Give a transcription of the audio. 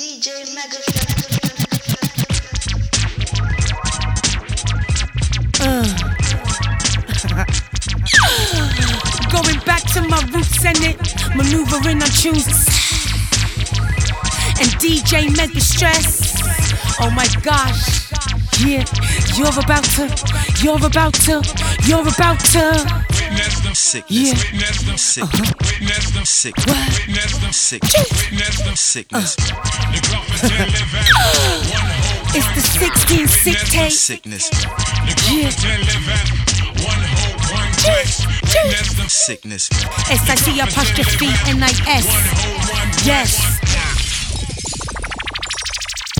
DJ Mega. Uh. Going back to my roots and it maneuvering on tunes and DJ Mega Stress. Oh my gosh, yeah, you're about to, you're about to, you're about to. Sickness, yeah. sick, uh-huh. sick, what? sick, sickness. Uh. it's the 16 sick tape. Sickness. Yeah. Jeez, jeez. Sickness. S I C apostrophe N I S. Yes.